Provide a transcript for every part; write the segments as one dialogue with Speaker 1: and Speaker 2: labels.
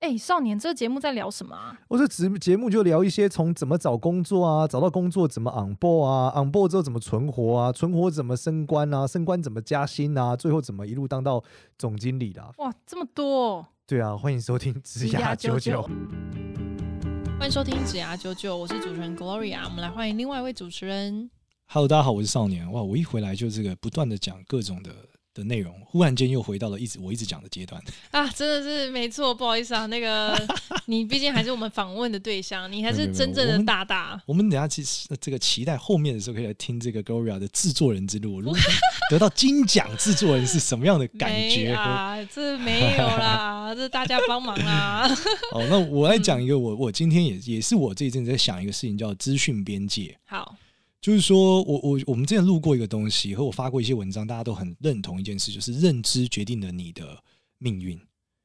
Speaker 1: 哎、少年，这个节目在聊什么啊？
Speaker 2: 我这节节目就聊一些从怎么找工作啊，找到工作怎么 on board 啊，on board 之后怎么存活啊，存活怎么升官啊，升官怎么加薪啊，最后怎么一路当到总经理啦。
Speaker 1: 哇，这么多、哦！
Speaker 2: 对啊，欢迎收听《职涯九九》。
Speaker 1: 欢迎收听《指牙九九》，我是主持人 Gloria，我们来欢迎另外一位主持人。
Speaker 3: Hello，大家好，我是少年。哇，我一回来就这个不断的讲各种的的内容，忽然间又回到了一直我一直讲的阶段。
Speaker 1: 啊，真的是没错，不好意思啊，那个 你毕竟还是我们访问的对象，你还
Speaker 3: 没有
Speaker 1: 是
Speaker 3: 没有
Speaker 1: 真正
Speaker 3: 我
Speaker 1: 的
Speaker 3: 们
Speaker 1: 大大。
Speaker 3: 我们等一下其实这个期待后面的时候可以来听这个 Gloria 的制作人之 路，如何得到金奖制作人是什么样的感
Speaker 1: 没
Speaker 3: 觉？
Speaker 1: 啊，这没有啦，这大家帮忙啦。
Speaker 3: 哦，那我
Speaker 1: 嗯
Speaker 3: 来讲一个，我我今天也也是我这一阵子在想一个事情，叫资讯边界。
Speaker 1: 好，
Speaker 3: 就是说我我我们之前录过一个东西，和我发过一些文章，大家都很认同一件事，就是认知决定了你的命运。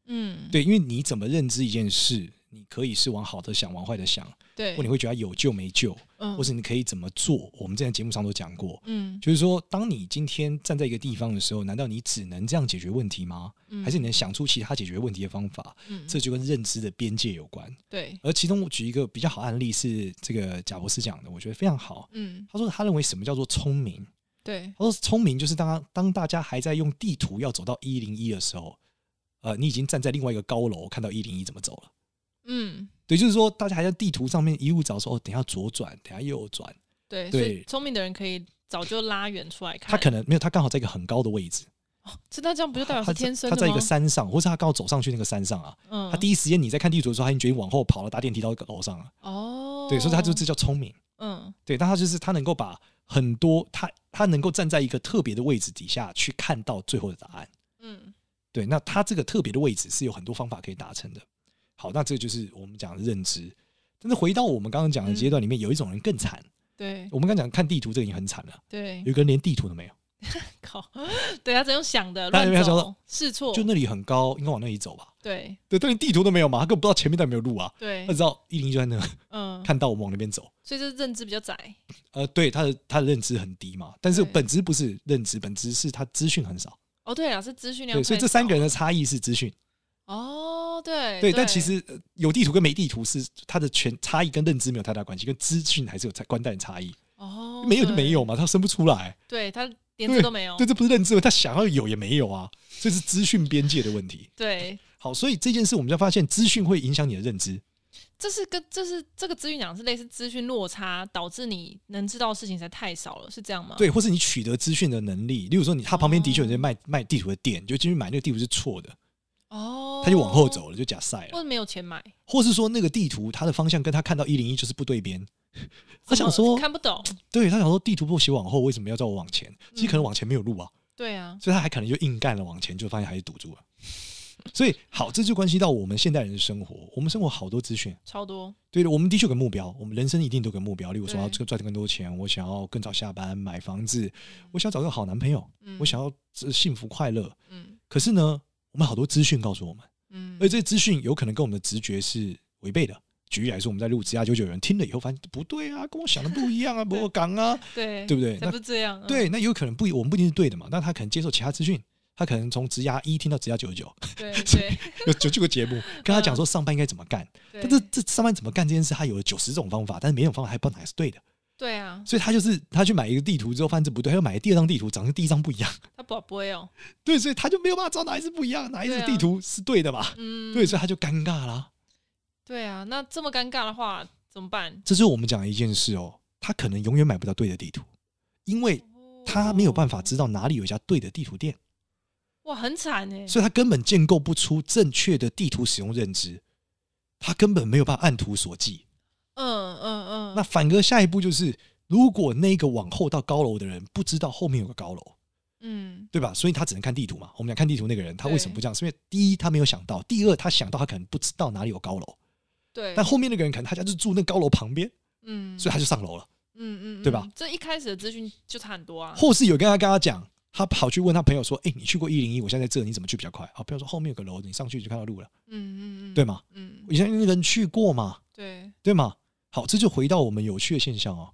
Speaker 1: 嗯，
Speaker 3: 对，因为你怎么认知一件事，你可以是往好的想，往坏的想，
Speaker 1: 对
Speaker 3: 或你，会觉得有救没救，
Speaker 1: 嗯
Speaker 3: 或是你可以怎么做。我们之前节目上都讲过，
Speaker 1: 嗯
Speaker 3: 就是说，当你今天站在一个地方的时候，难道你只能这样解决问题吗？
Speaker 1: 嗯，
Speaker 3: 还是你能想出其他解决问题的方法？
Speaker 1: 嗯
Speaker 3: 这就跟认知的边界有关。
Speaker 1: 对，
Speaker 3: 而其中我举一个比较好案例是这个贾博士讲的，我觉得非常好。
Speaker 1: 嗯
Speaker 3: 他说他认为什么叫做聪明？
Speaker 1: 对，
Speaker 3: 他说聪明就是当当大家还在用地图要走到一零一的时候，呃，你已经站在另外一个高楼看到一零一怎么走了。
Speaker 1: 嗯
Speaker 3: 对，就是说大家还在地图上面一路找说，哦，等一下左转，等一下右转。
Speaker 1: 对，所
Speaker 3: 对
Speaker 1: 以聪明的人可以早就拉远出来看。
Speaker 3: 他可能没有，他刚好在一个很高的位置，
Speaker 1: 这那这样不就代表
Speaker 3: 他
Speaker 1: 是天生
Speaker 3: 他
Speaker 1: 的
Speaker 3: 在一
Speaker 1: 吗
Speaker 3: 个？山上，或是他刚好走上去那个山上啊。
Speaker 1: 嗯
Speaker 3: 他第一时间你在看地图的时候，他已经决定往后跑了，搭电梯到楼上了。
Speaker 1: 哦，
Speaker 3: 对，所以他就这叫聪明。
Speaker 1: 嗯
Speaker 3: 对，但他就是他能够把很多他他能够站在一个特别的位置底下去看到最后的答案。
Speaker 1: 嗯
Speaker 3: 对，那它这个特别的位置是有很多方法可以达成的。好，那这就是我们讲的认知。但是回到我们刚刚讲
Speaker 1: 嗯
Speaker 3: 的阶段里面，有一种人更惨。
Speaker 1: 对
Speaker 3: 我们刚刚讲看地图这个已经很惨了，
Speaker 1: 对
Speaker 3: 有，一个人连地图都没有，
Speaker 1: 靠， 对他只用想的
Speaker 3: 他
Speaker 1: 乱
Speaker 3: 没有想
Speaker 1: 走
Speaker 3: 到
Speaker 1: 试错，
Speaker 3: 就那里很高，应该往那里走吧？
Speaker 1: 对
Speaker 3: 对，但连地图都没有嘛，他根本不知道前面到底有没有路啊。
Speaker 1: 对
Speaker 3: 他只知道一零就在那，
Speaker 1: 哎嗯，
Speaker 3: 看到我们往那边走。
Speaker 1: 所以这认知比较窄，
Speaker 3: 呃，对，他的他的认知很低嘛，但是
Speaker 1: 对
Speaker 3: 本质不是认知，本质是他资讯很少。
Speaker 1: 哦对啊，是资讯量
Speaker 3: 对，
Speaker 1: 太少，
Speaker 3: 所以这三个人的差异是资讯。
Speaker 1: 哦对
Speaker 3: 对，但其实呃有地图跟没地图是它的全差异跟认知没有太大关系，跟资讯还是有差关键差异。
Speaker 1: 哦
Speaker 3: 没有就
Speaker 1: 对哦
Speaker 3: 没有嘛，他生不出来。
Speaker 1: 对他连这都没有
Speaker 3: 对，，这不是认知，他想要有也没有啊，这是资讯边界的问题。
Speaker 1: 对，
Speaker 3: 好，所以这件事我们就发现，资讯会影响你的认知。
Speaker 1: 这是跟这是这个资讯讲是类似资讯落差导致你能知道的事情实在太少了，是这样吗？
Speaker 3: 对，或是你取得资讯的能力，例如说你他旁边的确有在卖、卖地图的店，你就进去买那个地图是错的，
Speaker 1: 哦，
Speaker 3: 他就往后，走了，就假赛
Speaker 1: 或
Speaker 3: 了，
Speaker 1: 者没有钱买，
Speaker 3: 或是说那个地图它的方向跟他看到一零一就是不对边，他想
Speaker 1: 怎么
Speaker 3: 说，
Speaker 1: 看不懂，
Speaker 3: 对他想说地图不写往后，为什么要叫我往前？其实可能往前没有路啊，
Speaker 1: 对啊，
Speaker 3: 所以他还可能就硬干了往前，就发现还是堵住了。所以好，这就关系到我们现代人的生活。我们生活好多资讯，
Speaker 1: 超多，
Speaker 3: 对的，我们的确有个目标，我们人生一定都有个目标。例如说，
Speaker 1: 对
Speaker 3: 要赚赚更多钱，我想要更早下班，买房子，我想要找个好男朋友，
Speaker 1: 嗯
Speaker 3: 我想要呃幸福快乐。
Speaker 1: 嗯
Speaker 3: 可是呢，我们好多资讯告诉我们，
Speaker 1: 嗯
Speaker 3: 而这些资讯有可能跟我们的直觉是违背的。举例来说，我们在录《职涯九九》，有人听了以后发现不对啊，跟我想的不一样啊，不我港啊，
Speaker 1: 对
Speaker 3: 对不对
Speaker 1: 才
Speaker 3: 那
Speaker 1: 不是这样，嗯，
Speaker 3: 对，那有可能不，我们不一定是对的嘛。那他可能接受其他资讯，他可能从职涯一听到职涯九十九，
Speaker 1: 对对
Speaker 3: 有九九个节目，跟他讲说上班应该怎么干。
Speaker 1: 嗯对，
Speaker 3: 但这这上班怎么干这件事，他有了九十种方法，但是每种方法还不知道哪个是对的，
Speaker 1: 对啊，
Speaker 3: 所以他就是他去买一个地图之后发现这不对，他又买了第二张地图，长得跟第一张不一样，
Speaker 1: 他宝贝哦，
Speaker 3: 对，所以他就没有办法知道哪一只不一样，哪一只
Speaker 1: 对啊
Speaker 3: 地图是对的嘛。
Speaker 1: 嗯，
Speaker 3: 对，所以他就尴尬啦。
Speaker 1: 对啊，那这么尴尬的话怎么办？
Speaker 3: 这就是我们讲的一件事哦，他可能永远买不到对的地图，因为他没有办法知道哪里有一家对的地图店。
Speaker 1: 哇，很惨哎，
Speaker 3: 所以他根本建构不出正确的地图使用认知，他根本没有办法按图索骥。
Speaker 1: 嗯嗯嗯，
Speaker 3: 那反而下一步就是，如果那个往后到高楼的人不知道后面有个高楼，
Speaker 1: 嗯
Speaker 3: 对吧？所以他只能看地图嘛。我们讲看地图那个人，他
Speaker 1: 对
Speaker 3: 为什么不这样？是因为第一他没有想到，第二他想到他可能不知道哪里有高楼，
Speaker 1: 对，
Speaker 3: 但后面那个人可能他家就住那高楼旁边，
Speaker 1: 嗯
Speaker 3: 所以他就上楼了。
Speaker 1: 嗯嗯，
Speaker 3: 对吧
Speaker 1: 嗯？这一开始的资讯就差很多啊，
Speaker 3: 或是有跟他跟他讲，他跑去问他朋友说：“哎、你去过一零一，我现在在这，你怎么去比较快？”啊，朋友说后面有个楼，你上去就看到路了，
Speaker 1: 嗯嗯嗯，
Speaker 3: 对，吗？
Speaker 1: 嗯
Speaker 3: 以前那个人去过嘛，
Speaker 1: 对，
Speaker 3: 对吗？好，这就回到我们有趣的现象哦。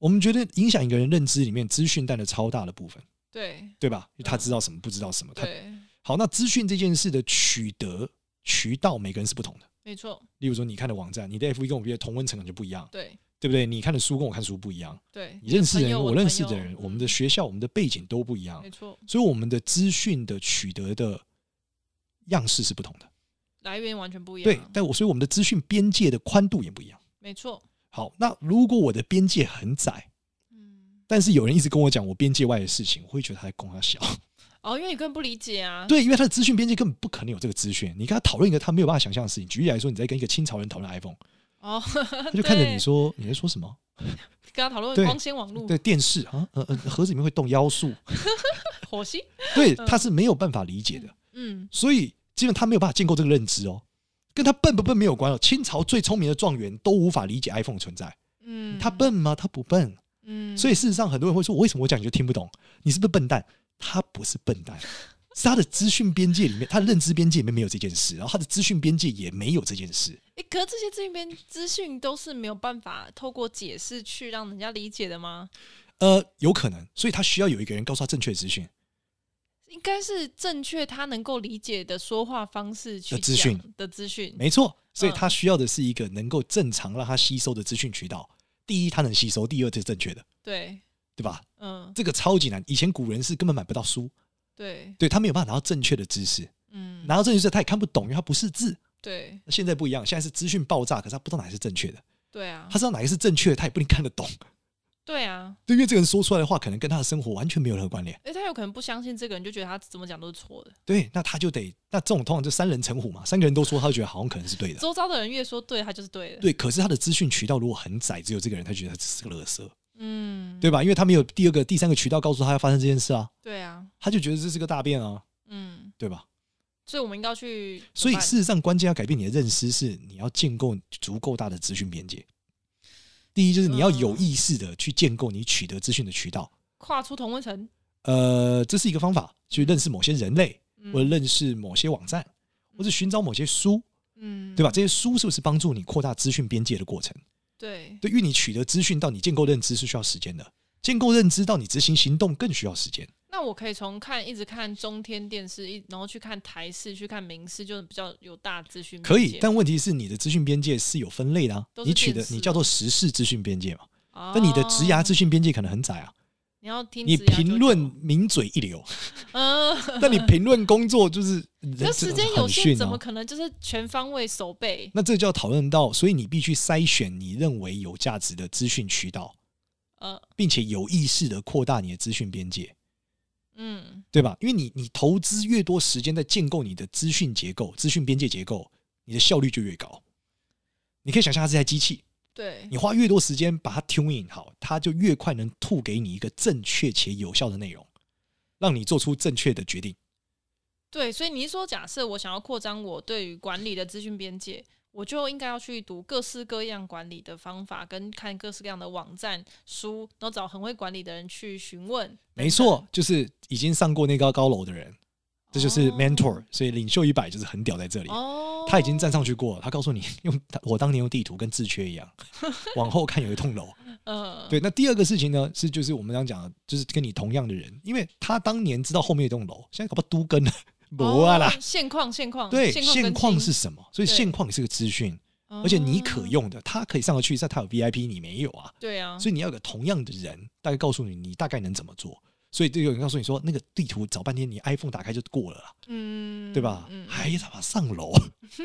Speaker 3: 我们觉得影响一个人认知里面，资讯占了超大的部分，
Speaker 1: 对
Speaker 3: 对吧？他知道什么，不知道什么。他
Speaker 1: 嗯对，
Speaker 3: 好，那资讯这件事的取得渠道每个人是不同的。
Speaker 1: 没错，
Speaker 3: 例如说，你看的网站，你的 F 一跟我 B 的同温层可能就不一样，
Speaker 1: 对
Speaker 3: 对不对？你看的书跟我看书不一样，
Speaker 1: 对，
Speaker 3: 你认识的
Speaker 1: 朋友
Speaker 3: 人，我
Speaker 1: 的
Speaker 3: 认
Speaker 1: 朋
Speaker 3: 识的
Speaker 1: 友
Speaker 3: 人，我
Speaker 1: 嗯
Speaker 3: 们的学校、我们的背景都不一样
Speaker 1: 没，错，
Speaker 3: 所以我们的资讯的取得的样式是不同的。
Speaker 1: 来源完全不一样，
Speaker 3: 对，但我所以我们的资讯边界的宽度也不一样。
Speaker 1: 没错，
Speaker 3: 好，那如果我的边界很窄，
Speaker 1: 嗯，
Speaker 3: 但是有人一直跟我讲我边界外的事情，我会觉得他在供他小。
Speaker 1: 哦，因为你更不理解啊，
Speaker 3: 对，因为他的资讯边界根本不可能有这个资讯。你跟他讨论一个他没有办法想象的事情，举例来说，你在跟一个清朝人讨论 iPhone，
Speaker 1: 哦，
Speaker 3: 他就看着你
Speaker 1: 对
Speaker 3: 说你在说什么？
Speaker 1: 跟他讨论
Speaker 3: 对
Speaker 1: 光纤网络、
Speaker 3: 对，电视啊，呃呃，盒子里面会动妖术，
Speaker 1: 嗯火星，
Speaker 3: 对，他是没有办法理解的，
Speaker 1: 嗯，
Speaker 3: 所以基本他没有办法建构这个认知哦。跟他笨不笨没有关哦，清朝最聪明的状元都无法理解 iPhone 的存在。
Speaker 1: 嗯，
Speaker 3: 他，笨吗？他不笨。
Speaker 1: 嗯，
Speaker 3: 所以事实上，很多人会说：“我为什么我讲你就听不懂？你是不是笨蛋？”他不是笨 蛋，是他的资讯边界里面，他的认知边界里面没有这件事，然后他的资讯边界也没有这件事。
Speaker 1: 诶，可是这些这边资讯都是没有办法透过解释去让人家理解的吗？
Speaker 3: 呃，有可能，所以他需要有一个人告诉他正确的资讯。
Speaker 1: 应该是正确他能够理解的说话方式去
Speaker 3: 的资
Speaker 1: 讲
Speaker 3: 讯
Speaker 1: 的资讯，
Speaker 3: 没错，所以他需要的是一个能够正常让他吸收的资讯渠道。第一，他能吸收；第二，这是正确的，
Speaker 1: 对，
Speaker 3: 对吧？
Speaker 1: 嗯，
Speaker 3: 这个超级难。以前古人是根本买不到书，
Speaker 1: 对，
Speaker 3: 对他没有办法拿到正确的知识，
Speaker 1: 嗯，
Speaker 3: 拿到正确的知识他也看不懂，因为他不识字。
Speaker 1: 对，
Speaker 3: 那现在不一样，现在是资讯爆炸，可是他不知道哪个是正确的，
Speaker 1: 对啊
Speaker 3: 他，知道哪个是正确的，他也不一定看得懂。
Speaker 1: 对啊，
Speaker 3: 对，因为这个人说出来的话，可能跟他的生活完全没有任何关联。
Speaker 1: 诶，他有可能不相信这个人，就觉得他怎么讲都是错的。
Speaker 3: 对，那他就得，那这种通常就三人成虎嘛，三个人都说，他就觉得好像可能是对的。
Speaker 1: 周遭的人越说对，他就是对的。，
Speaker 3: 啊对，可是他的资讯渠道如果很窄，只有这个人，他觉得他只是个垃圾，
Speaker 1: 嗯，
Speaker 3: 对吧？因为他没有第二个、第三个渠道告诉他要发生这件事啊，
Speaker 1: 对啊，
Speaker 3: 他就觉得这是个大便啊，
Speaker 1: 嗯，
Speaker 3: 对吧？
Speaker 1: 所以我们应该要去怎么办，
Speaker 3: 所以事实上，关键要改变你的认知是，你要建构足够大的资讯边界。第一就是你要有意识的去建构你取得资讯的渠道，
Speaker 1: 跨出同温层，
Speaker 3: 呃，这是一个方法，去认识某些人类，
Speaker 1: 嗯
Speaker 3: 或者认识某些网站，或者寻找某些书，
Speaker 1: 嗯，
Speaker 3: 对吧？？这些书是不是帮助你扩大资讯边界的过程？
Speaker 1: 对，
Speaker 3: 对，因为你取得资讯到你建构认知是需要时间的，建构认知到你执行行动更需要时间。
Speaker 1: 那我可以从看一直看中天电视，一然后去看台视，去看明视，就是比较有大资讯
Speaker 3: 可
Speaker 1: 边
Speaker 3: 以
Speaker 1: 界。，
Speaker 3: 但问题是你的资讯边界是有分类的、啊
Speaker 1: 都，是
Speaker 3: 你取的
Speaker 1: 电视
Speaker 3: 你叫做时事资讯边界嘛，
Speaker 1: 哦
Speaker 3: 但你的职涯资讯边界可能很窄啊。
Speaker 1: 你要听
Speaker 3: 你
Speaker 1: 职涯
Speaker 3: 评
Speaker 1: 就
Speaker 3: 论
Speaker 1: 久，
Speaker 3: 名嘴一流，
Speaker 1: 嗯，
Speaker 3: 但你评论工作就是
Speaker 1: 那
Speaker 3: 人
Speaker 1: 时
Speaker 3: 真
Speaker 1: 间
Speaker 3: 的是
Speaker 1: 有
Speaker 3: 很
Speaker 1: 限，
Speaker 3: 逊
Speaker 1: 怎么
Speaker 3: 啊。
Speaker 1: 可能就是全方位守备？
Speaker 3: 那这就要讨论到，所以你必须筛选你认为有价值的资讯渠道，
Speaker 1: 呃，
Speaker 3: 并且有意识的扩大你的资讯边界，
Speaker 1: 嗯，
Speaker 3: 对吧？因为你你投资越多时间在建构你的资讯结构、资讯边界结构，你的效率就越高。你可以想象它是台机器，
Speaker 1: 对
Speaker 3: 你，花越多时间把它 tune in 好，它就越快能吐给你一个正确且有效的内容，让你做出正确的决定。
Speaker 1: 对，所以你是说，假设我想要扩张我对于管理的资讯边界，我就应该要去读各式各样管理的方法，跟看各式各样的网站、书，然后找很会管理的人去询问。等
Speaker 3: 没错
Speaker 1: 等，，
Speaker 3: 就是已经上过那高高楼的人，这就是
Speaker 1: 哦
Speaker 3: mentor，、所以领袖一百就是很屌在这里。
Speaker 1: 哦，
Speaker 3: 他已经站上去过了，他告诉你用我当年用地图跟智缺一 样，往后看有一栋楼。
Speaker 1: 呃，
Speaker 3: 对，那第二个事情呢是就是我们刚刚讲的，就是跟你同样的人，因为他当年知道后面有一栋楼，现在搞不好都跟了，不啊啦
Speaker 1: 哦。现况现况，
Speaker 3: 对，
Speaker 1: 更
Speaker 3: 现况
Speaker 1: 新
Speaker 3: 是，什么？所以
Speaker 1: 对
Speaker 3: 现况是个资讯，
Speaker 1: 哦
Speaker 3: 而且你可，用的，他可以上得去，但他有 VIP，你没有啊。
Speaker 1: 对啊，
Speaker 3: 所以你要有个同样的人，大概告诉你你大概能怎么做。所以就有人告诉你说，那个地图找半天，你 iPhone 打开就过了啦，
Speaker 1: 嗯，
Speaker 3: 对吧？
Speaker 1: 嗯，
Speaker 3: 还他妈上楼，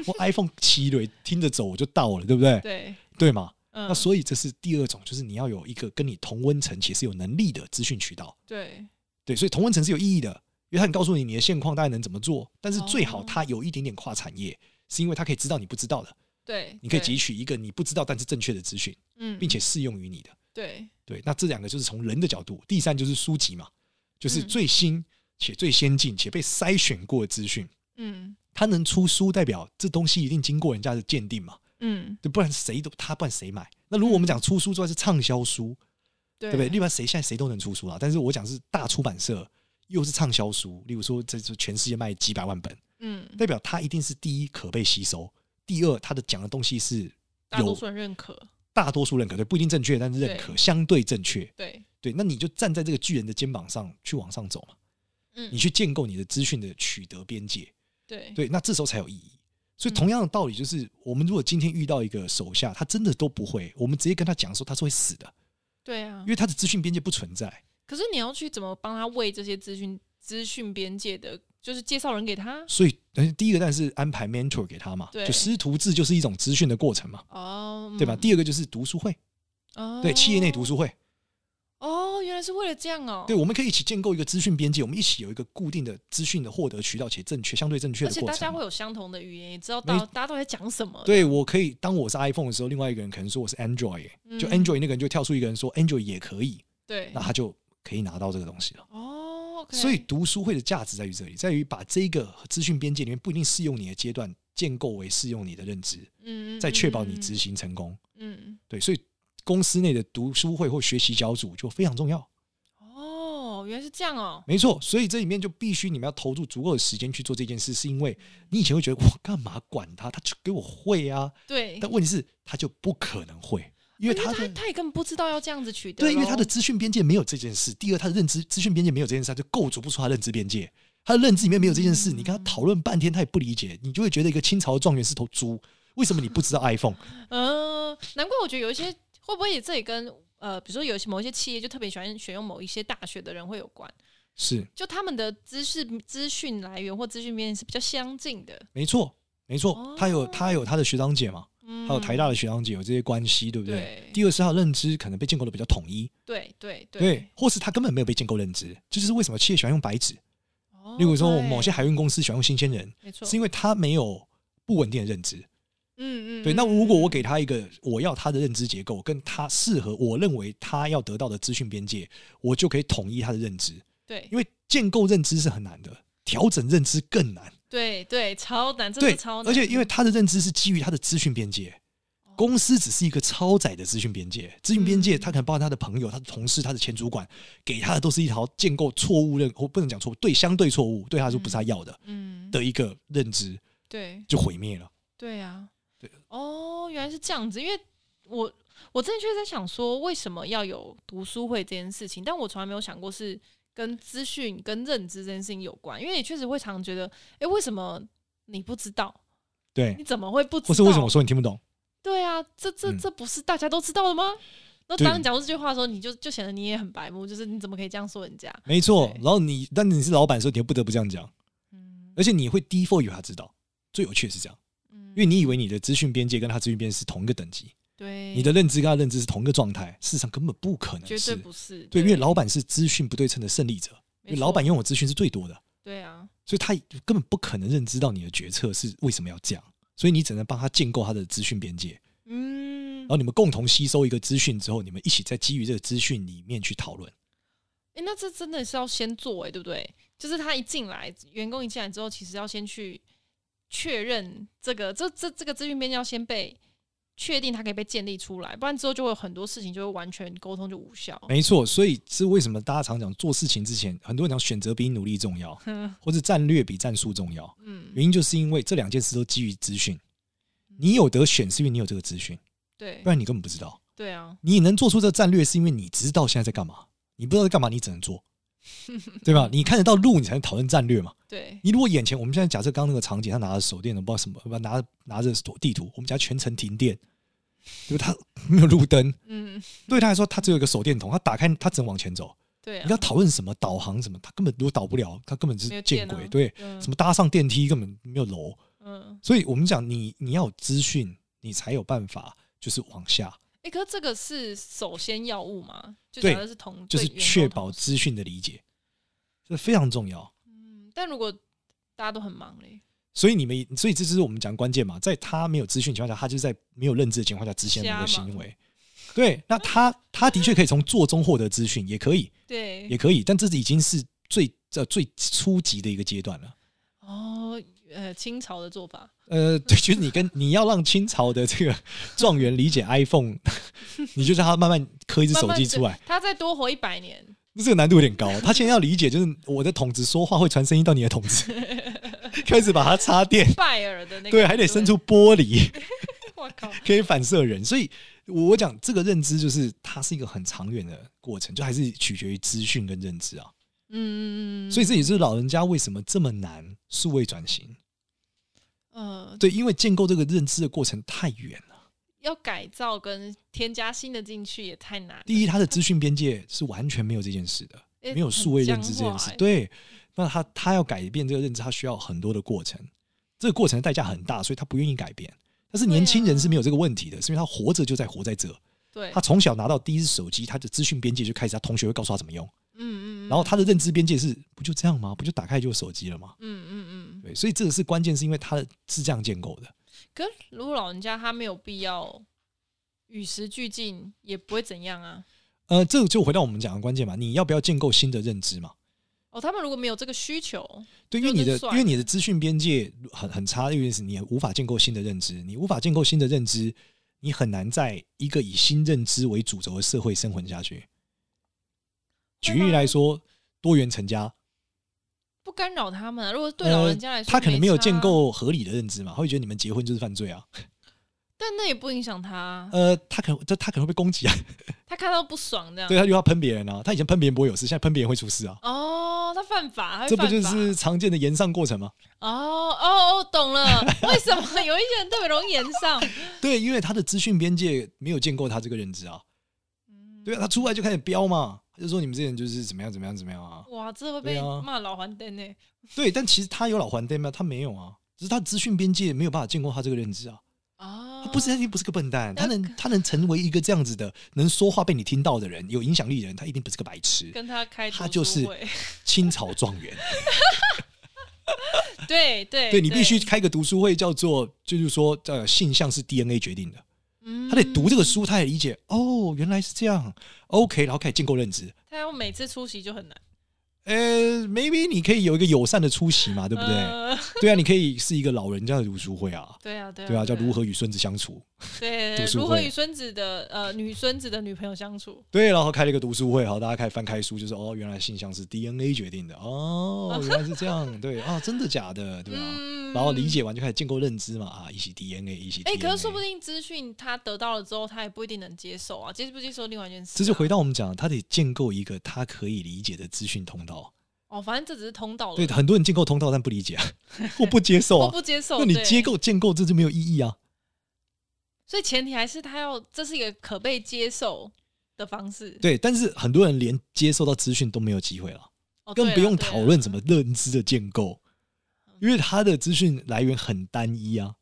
Speaker 3: 我 iPhone 骑了听着走我就到了，对不对？
Speaker 1: 对，
Speaker 3: 对嘛？
Speaker 1: 嗯，
Speaker 3: 那所以这是第二种，就是你要有一个跟你同温层且是有能力的资讯渠道。
Speaker 1: 对，
Speaker 3: 对，所以同温层是有意义的，因为它能告诉你你的现况大概能怎么做，但是最好
Speaker 1: 哦
Speaker 3: 它有一点点跨产业，是因为它可以知道你不知道的，
Speaker 1: 对，
Speaker 3: 你可以
Speaker 1: 对
Speaker 3: 汲，取一个你不知道但是正确的资讯，
Speaker 1: 嗯，
Speaker 3: 并且适用于你的。
Speaker 1: 对，
Speaker 3: 对，那这两个就是从人的角度，第三就是书籍嘛，就是
Speaker 1: 嗯
Speaker 3: 最新且最先进且被筛选过的资讯，
Speaker 1: 嗯
Speaker 3: 它能出书，代表这东西一定经过人家的鉴定嘛，
Speaker 1: 嗯，
Speaker 3: 对，不然谁都他不然谁买？那如果我们讲出书之外是畅销书，
Speaker 1: 对
Speaker 3: 对不对？另外谁现在谁都能出书啊，但是我讲是大出版社。又是畅销书，例如说，这这全世界卖几百万本，
Speaker 1: 嗯，
Speaker 3: 代表它一定是第一可被吸收，第二它的讲的东西是
Speaker 1: 大多
Speaker 3: 有
Speaker 1: 数人认可，
Speaker 3: 大多数认可，对，不一定正确，但是认可，
Speaker 1: 对
Speaker 3: 相对正确，
Speaker 1: 对，
Speaker 3: 对，那你就站在这个巨人的肩膀上去往上走嘛，
Speaker 1: 嗯
Speaker 3: 你，去建构你的资讯的取得边界，
Speaker 1: 对，嗯
Speaker 3: 对，那这时候才有意义。所以同样的道理，就是我们如果今天遇到一个手下，他真的都不会，我们直接跟他讲说他是会死的，
Speaker 1: 对啊
Speaker 3: 因，为他的资讯边界不存在。
Speaker 1: 可是你要去怎么帮他喂这些资讯资讯边界的，就是介绍人给他
Speaker 3: 所以，呃第一个当然是安排 mentor 给他嘛，
Speaker 1: 对
Speaker 3: 就师徒制就是一种资讯的过程嘛，
Speaker 1: 哦，
Speaker 3: 对吧？第二个就是读书会，
Speaker 1: 嗯
Speaker 3: 对，企业内读
Speaker 1: 哦
Speaker 3: 书会，
Speaker 1: 哦，原来是为了这样哦，
Speaker 3: 对，我们可以一起建构一个资讯边界，我们一起有一个固定的资讯的获得渠道且正确、相对正确
Speaker 1: 而
Speaker 3: 的
Speaker 1: 且
Speaker 3: 过
Speaker 1: 大家
Speaker 3: 程
Speaker 1: 会
Speaker 3: 嘛。
Speaker 1: 有相同的语言，也知道
Speaker 3: 没
Speaker 1: 到大家都在讲什么，
Speaker 3: 对，我可以当我是 iPhone 的时候，另外一个人可能说我是 Android，耶、就
Speaker 1: 嗯
Speaker 3: Android 那个人就跳出一个人说 Android 也可以，
Speaker 1: 对
Speaker 3: 那，他就可以拿到这个东西了。
Speaker 1: 哦，OK，
Speaker 3: 所以读书会的价值在于这里，在于把这个资讯边界里面不一定适用你的阶段，建构为适用你的认知，
Speaker 1: 嗯，嗯
Speaker 3: 再确保你执，
Speaker 1: 嗯
Speaker 3: 行成功。
Speaker 1: 嗯，嗯
Speaker 3: 对，所以公司内的读书会或学习小组就非常重要。
Speaker 1: 哦，原来是这样哦，
Speaker 3: 没错，所以这里面就必须你们要投入足够的时间去做这件事，是因为你以前会觉得我干嘛管他，他就给我会啊，
Speaker 1: 对，
Speaker 3: 但问题是他就不可能会，哦因为
Speaker 1: 因为
Speaker 3: 他
Speaker 1: 他
Speaker 3: 的。
Speaker 1: 他也根本不知道要这样子取得咯，
Speaker 3: 对，因为他的资讯边界没有这件事。第二，他的认知资讯边界没有这件事，他就构筑不出他的认知边界。他的认知里面没有这件事，你跟他讨论半天，他也不理解，你就会觉得一个清朝的状元是头猪。为什么你不知道 iPhone？
Speaker 1: 嗯，难怪我觉得有一些会不会也这也跟呃，比如说有些某一些企业就特别喜欢选用某一些大学的人会有关，
Speaker 3: 是
Speaker 1: 就他们的知识资讯来源或资讯面是比较相近的。
Speaker 3: 没错，没错
Speaker 1: 哦，
Speaker 3: 他有他有他的学长姐嘛，
Speaker 1: 嗯，
Speaker 3: 还有台大的学长姐有这些关系，对不对？
Speaker 1: 对
Speaker 3: 第二是他的认知可能被建构的比较统一，
Speaker 1: 对对对
Speaker 3: 对，或是他根本没有被建构认知，这就是为什么企业喜欢用白纸。
Speaker 1: 哦
Speaker 3: 例如说，
Speaker 1: 对
Speaker 3: 某些海运公司喜欢用新鲜人，
Speaker 1: 没错，
Speaker 3: 是因为他没有不稳定的认知。
Speaker 1: 嗯嗯，
Speaker 3: 对，
Speaker 1: 嗯
Speaker 3: 那如果我给他一个我要他的认知结构，跟他适合我认为他要得到的资讯边界，我就可以统一他的认知。
Speaker 1: 对
Speaker 3: 因为建构认知是很难的，调整认知更难。
Speaker 1: 对对超难，真
Speaker 3: 对
Speaker 1: 的超，难，
Speaker 3: 而且因为他的认知是基于他的资讯边界，公司只是一个超载的资讯边界，资讯边界
Speaker 1: 嗯
Speaker 3: 他可能包含他的朋友、他的同事、他的前主管给他的都是一条建构错误认，或不能讲错误，对相对错误，对他来说不是他要的
Speaker 1: 嗯
Speaker 3: 的一个认知
Speaker 1: 对
Speaker 3: 就毁灭了。
Speaker 1: 对啊
Speaker 3: 对，
Speaker 1: 哦，原来是这样子，因为我我正确在想说为什么要有读书会这件事情，但我从来没有想过是跟资讯跟认知这件事情有关，因为你确实会常觉得，诶，为什么你不知道？
Speaker 3: 对
Speaker 1: 你，怎么会不知道？
Speaker 3: 或是为什么我说你听不懂？
Speaker 1: 对啊，这这
Speaker 3: 嗯
Speaker 1: 这不是大家都知道的吗？那
Speaker 3: 对
Speaker 1: 当你讲出这句话的时候，你就就显得你也很白目，就是你怎么可以这样说人家？
Speaker 3: 没错
Speaker 1: 对，
Speaker 3: 然后你，但你是老板的时候，你又不得不这样讲，
Speaker 1: 嗯
Speaker 3: 而且你会 default 以为他知道。最有趣的是这样，
Speaker 1: 嗯
Speaker 3: 因为你以为你的资讯边界跟他资讯边界是同一个等级，
Speaker 1: 对
Speaker 3: 你的认知跟他认知是同一个状态，事实上根本不可能
Speaker 1: 绝
Speaker 3: 是
Speaker 1: 对。不是
Speaker 3: 对，因为老板是资讯不对称的胜利者，因
Speaker 1: 没
Speaker 3: 为
Speaker 1: 错
Speaker 3: 老板拥有资讯是最多的，
Speaker 1: 对啊，
Speaker 3: 所以他根本不可能认知到你的决策是为什么要这样，所以你只能帮他建构他的资讯边界，
Speaker 1: 嗯
Speaker 3: 然，后你们共同吸收一个资讯之后，你们一起再基于这个资讯里面去讨论。
Speaker 1: 哎、那这真的是要先做哎、对不对？就是他一进来，员工一进来之后，其实要先去确认这个这这这个资讯边界要先被确定，它可以被建立出来，不然之后就会有很多事情就会完全沟通就无效。
Speaker 3: 没错，所以是为什么大家常讲做事情之前，很多人讲选择比努力重要，或者战略比战术重要。
Speaker 1: 嗯，
Speaker 3: 原因就是因为这两件事都基于资讯，你有得选是因为你有这个资讯，
Speaker 1: 对
Speaker 3: 不然你根本不知道。
Speaker 1: 对啊，
Speaker 3: 你能做出这个战略是因为你知道现在在干嘛，你不知道在干嘛，你只能 做，对吧？你看得到路，你才能讨论战略嘛。
Speaker 1: 对
Speaker 3: 你如果眼前，我们现在假设刚刚那个场景，他拿着手电筒，不知道什么，不拿拿着地图，我们家全程停电，对吧？他 没有路灯，
Speaker 1: 嗯
Speaker 3: 对他来说，他只有一个手电筒，他打开，他只能往前走。
Speaker 1: 对
Speaker 3: 你要
Speaker 1: 啊，
Speaker 3: 讨论什么导航什么，他根本如果导不了，他根本
Speaker 1: 没
Speaker 3: 是
Speaker 1: 有
Speaker 3: 见
Speaker 1: 电
Speaker 3: 鬼。
Speaker 1: 啊
Speaker 3: 对，
Speaker 1: 嗯
Speaker 3: 什么搭上电梯根本没有楼，
Speaker 1: 嗯，
Speaker 3: 所以我们讲你你要有资讯，你才有办法就是往下，
Speaker 1: 哎、可是这个是首先要务嘛，就
Speaker 3: 对
Speaker 1: 讲的是同
Speaker 3: 就是
Speaker 1: 对员工
Speaker 3: 确
Speaker 1: 同
Speaker 3: 保
Speaker 1: 事
Speaker 3: 资讯的理解，这非常重要。
Speaker 1: 嗯，但如果大家都很忙嘞，
Speaker 3: 所以你们，所以这就是我们讲关键嘛，在他没有资讯情况下，他就在没有认知的情况下执行那个
Speaker 1: 瞎忙
Speaker 3: 行为。对，那他他的确可以从做中获得资讯，也可以，
Speaker 1: 对
Speaker 3: 也可以，但这已经是最呃最初级的一个阶段了。
Speaker 1: 哦，呃，清朝的做法，
Speaker 3: 呃， 对，就是你跟你要让清朝的这个 状元理解 iPhone，你 就让他慢慢刻一只
Speaker 1: 慢
Speaker 3: 手
Speaker 1: 慢
Speaker 3: 机出来
Speaker 1: 就，他再多活一百年。
Speaker 3: 那这个难度有点高。他现在要理解，就是我的筒子说话会传声音到你的筒 子，开始把它插电，
Speaker 1: 拜耳的那个，
Speaker 3: 对，还得伸出。玻璃，
Speaker 1: 我靠，
Speaker 3: 可以反射人。所以我讲这个认知，就是它是一个很长远的过程，就还是取决于资讯跟认知啊。
Speaker 1: 嗯，
Speaker 3: 所以这也是老人家为什么这么难数位转型。
Speaker 1: 嗯，
Speaker 3: 对，因为建构这个认知的过程太远了。
Speaker 1: 要改造跟添加新的进去也太难了。
Speaker 3: 第一，它的资讯边界是完全没有这件事的，
Speaker 1: 诶
Speaker 3: 没有数位认知这件
Speaker 1: 很僵
Speaker 3: 事
Speaker 1: 化。欸
Speaker 3: 对，那他他要改变这个认知，他需要很多的过程，这个过程的代价很大，所以他不愿意改变。但是年轻
Speaker 1: 啊
Speaker 3: 人是没有这个问题的，是因为他活着就在活在这，
Speaker 1: 对，
Speaker 3: 他从小拿到第一只手机，他的资讯边界就开始，他同学会告诉他怎么用，
Speaker 1: 嗯嗯，嗯
Speaker 3: 然后他的认知边界是不就这样吗？不就打开就有手机了吗？
Speaker 1: 嗯嗯嗯。
Speaker 3: 对，所以这个是关键，是因为他的是这样建构的。
Speaker 1: 可是如果老人家他没有必要与时俱进，也不会怎样啊。
Speaker 3: 呃，这个就回到我们讲的关键嘛，你要不要建构新的认知嘛？
Speaker 1: 哦，他们如果没有这个需求，
Speaker 3: 对，因为你
Speaker 1: 就
Speaker 3: 的
Speaker 1: 是算
Speaker 3: 因为你的资讯边界很很差，因为是你无法建构新的认知，你无法建构新的认知，你很难在一个以新认知为主轴的社会生存下去。举例来说，多元成家，
Speaker 1: 不干扰他们啊、如果对老人家来说，
Speaker 3: 呃他可能没有建
Speaker 1: 差，啊
Speaker 3: 构合理的认知嘛，他会觉得你们结婚就是犯罪啊。
Speaker 1: 但那也不影响他啊。
Speaker 3: 呃，他可能这他可能会被攻
Speaker 1: 嗯
Speaker 3: 击啊，
Speaker 1: 他看到不爽这样
Speaker 3: 对。他就要喷别人啊，他以前喷别人不会有事，现在喷别人会出事啊，
Speaker 1: 哦，他犯法，他会
Speaker 3: 这不
Speaker 1: 犯
Speaker 3: 就
Speaker 1: 法啊
Speaker 3: 是常见的延上过程吗？
Speaker 1: 哦哦哦，懂 了。为什么有一些人特别容易延上？
Speaker 3: 对，因为他的资讯边界没有建构他这个认知啊。
Speaker 1: 嗯
Speaker 3: 对啊，他出来就开始飙嘛，他就说你们这些人就是怎么样怎么样怎么样啊。
Speaker 1: 哇，这会
Speaker 3: 对
Speaker 1: 被
Speaker 3: 啊
Speaker 1: 骂老黄灯呢。
Speaker 3: 对，但其实他有老还灯吗？他没有啊，只是他资讯边界没有办法建构他这个认知啊。
Speaker 1: 哦
Speaker 3: 他，不是，他一定不是个笨蛋，他能
Speaker 1: 那
Speaker 3: 他能成为一个这样子的能说话被你听到的人，有影响力的人，他一定不是个白痴。
Speaker 1: 跟他开读书
Speaker 3: 他
Speaker 1: 会，
Speaker 3: 就是清朝状元，
Speaker 1: 对 对，
Speaker 3: 对你必须开个读书会，叫做就是说，呃，性向是 DNA 决定的。
Speaker 1: 嗯
Speaker 3: 他得读这个书，他也理解哦，原来是这样，OK，然后开始建构认知。
Speaker 1: 他要每次出席就很难，
Speaker 3: 呃，maybe 你可以有一个友善的出席嘛，对不对？
Speaker 1: 呃
Speaker 3: 对啊，你可以是一个老人家的读书会 啊，
Speaker 1: 对啊，对啊，
Speaker 3: 对啊，叫如何与孙子相处。
Speaker 1: 对
Speaker 3: 读书
Speaker 1: 如何
Speaker 3: 会
Speaker 1: 与孙子的呃女孙子的女朋友相处？
Speaker 3: 对，然后开了一个读书会，好，大家开始翻开书，就是哦，原来性向是 DNA 决定 的，哦，原来是这样，对啊，真的假的，对啊，
Speaker 1: 嗯
Speaker 3: 然后理。解完就开始建构认知嘛，啊，一起 DNA，一欸起 DNA。
Speaker 1: 哎、可是说不定资讯他得到了之后，他也不一定能接受啊，接不接受另外一件事啊、
Speaker 3: 这就回到我们讲，他得建构一个他可以理解的资讯通道。
Speaker 1: 哦，反正这只是通道了，
Speaker 3: 对，很多人建构通道但不理 解啊，或不接受
Speaker 1: 或
Speaker 3: 啊，
Speaker 1: 不接受。
Speaker 3: 那你
Speaker 1: 对
Speaker 3: 接，构建构这就没有意义啊。
Speaker 1: 所以前提还是他要，这是一个可被接受的方式。
Speaker 3: 对，但是很多人连接受到资讯都没有机会了。
Speaker 1: 哦，
Speaker 3: 更
Speaker 1: 对
Speaker 3: 不
Speaker 1: 啦
Speaker 3: 用
Speaker 1: 对啦啊
Speaker 3: 讨论怎么认知的建构，因为他的资讯来源很单一啊。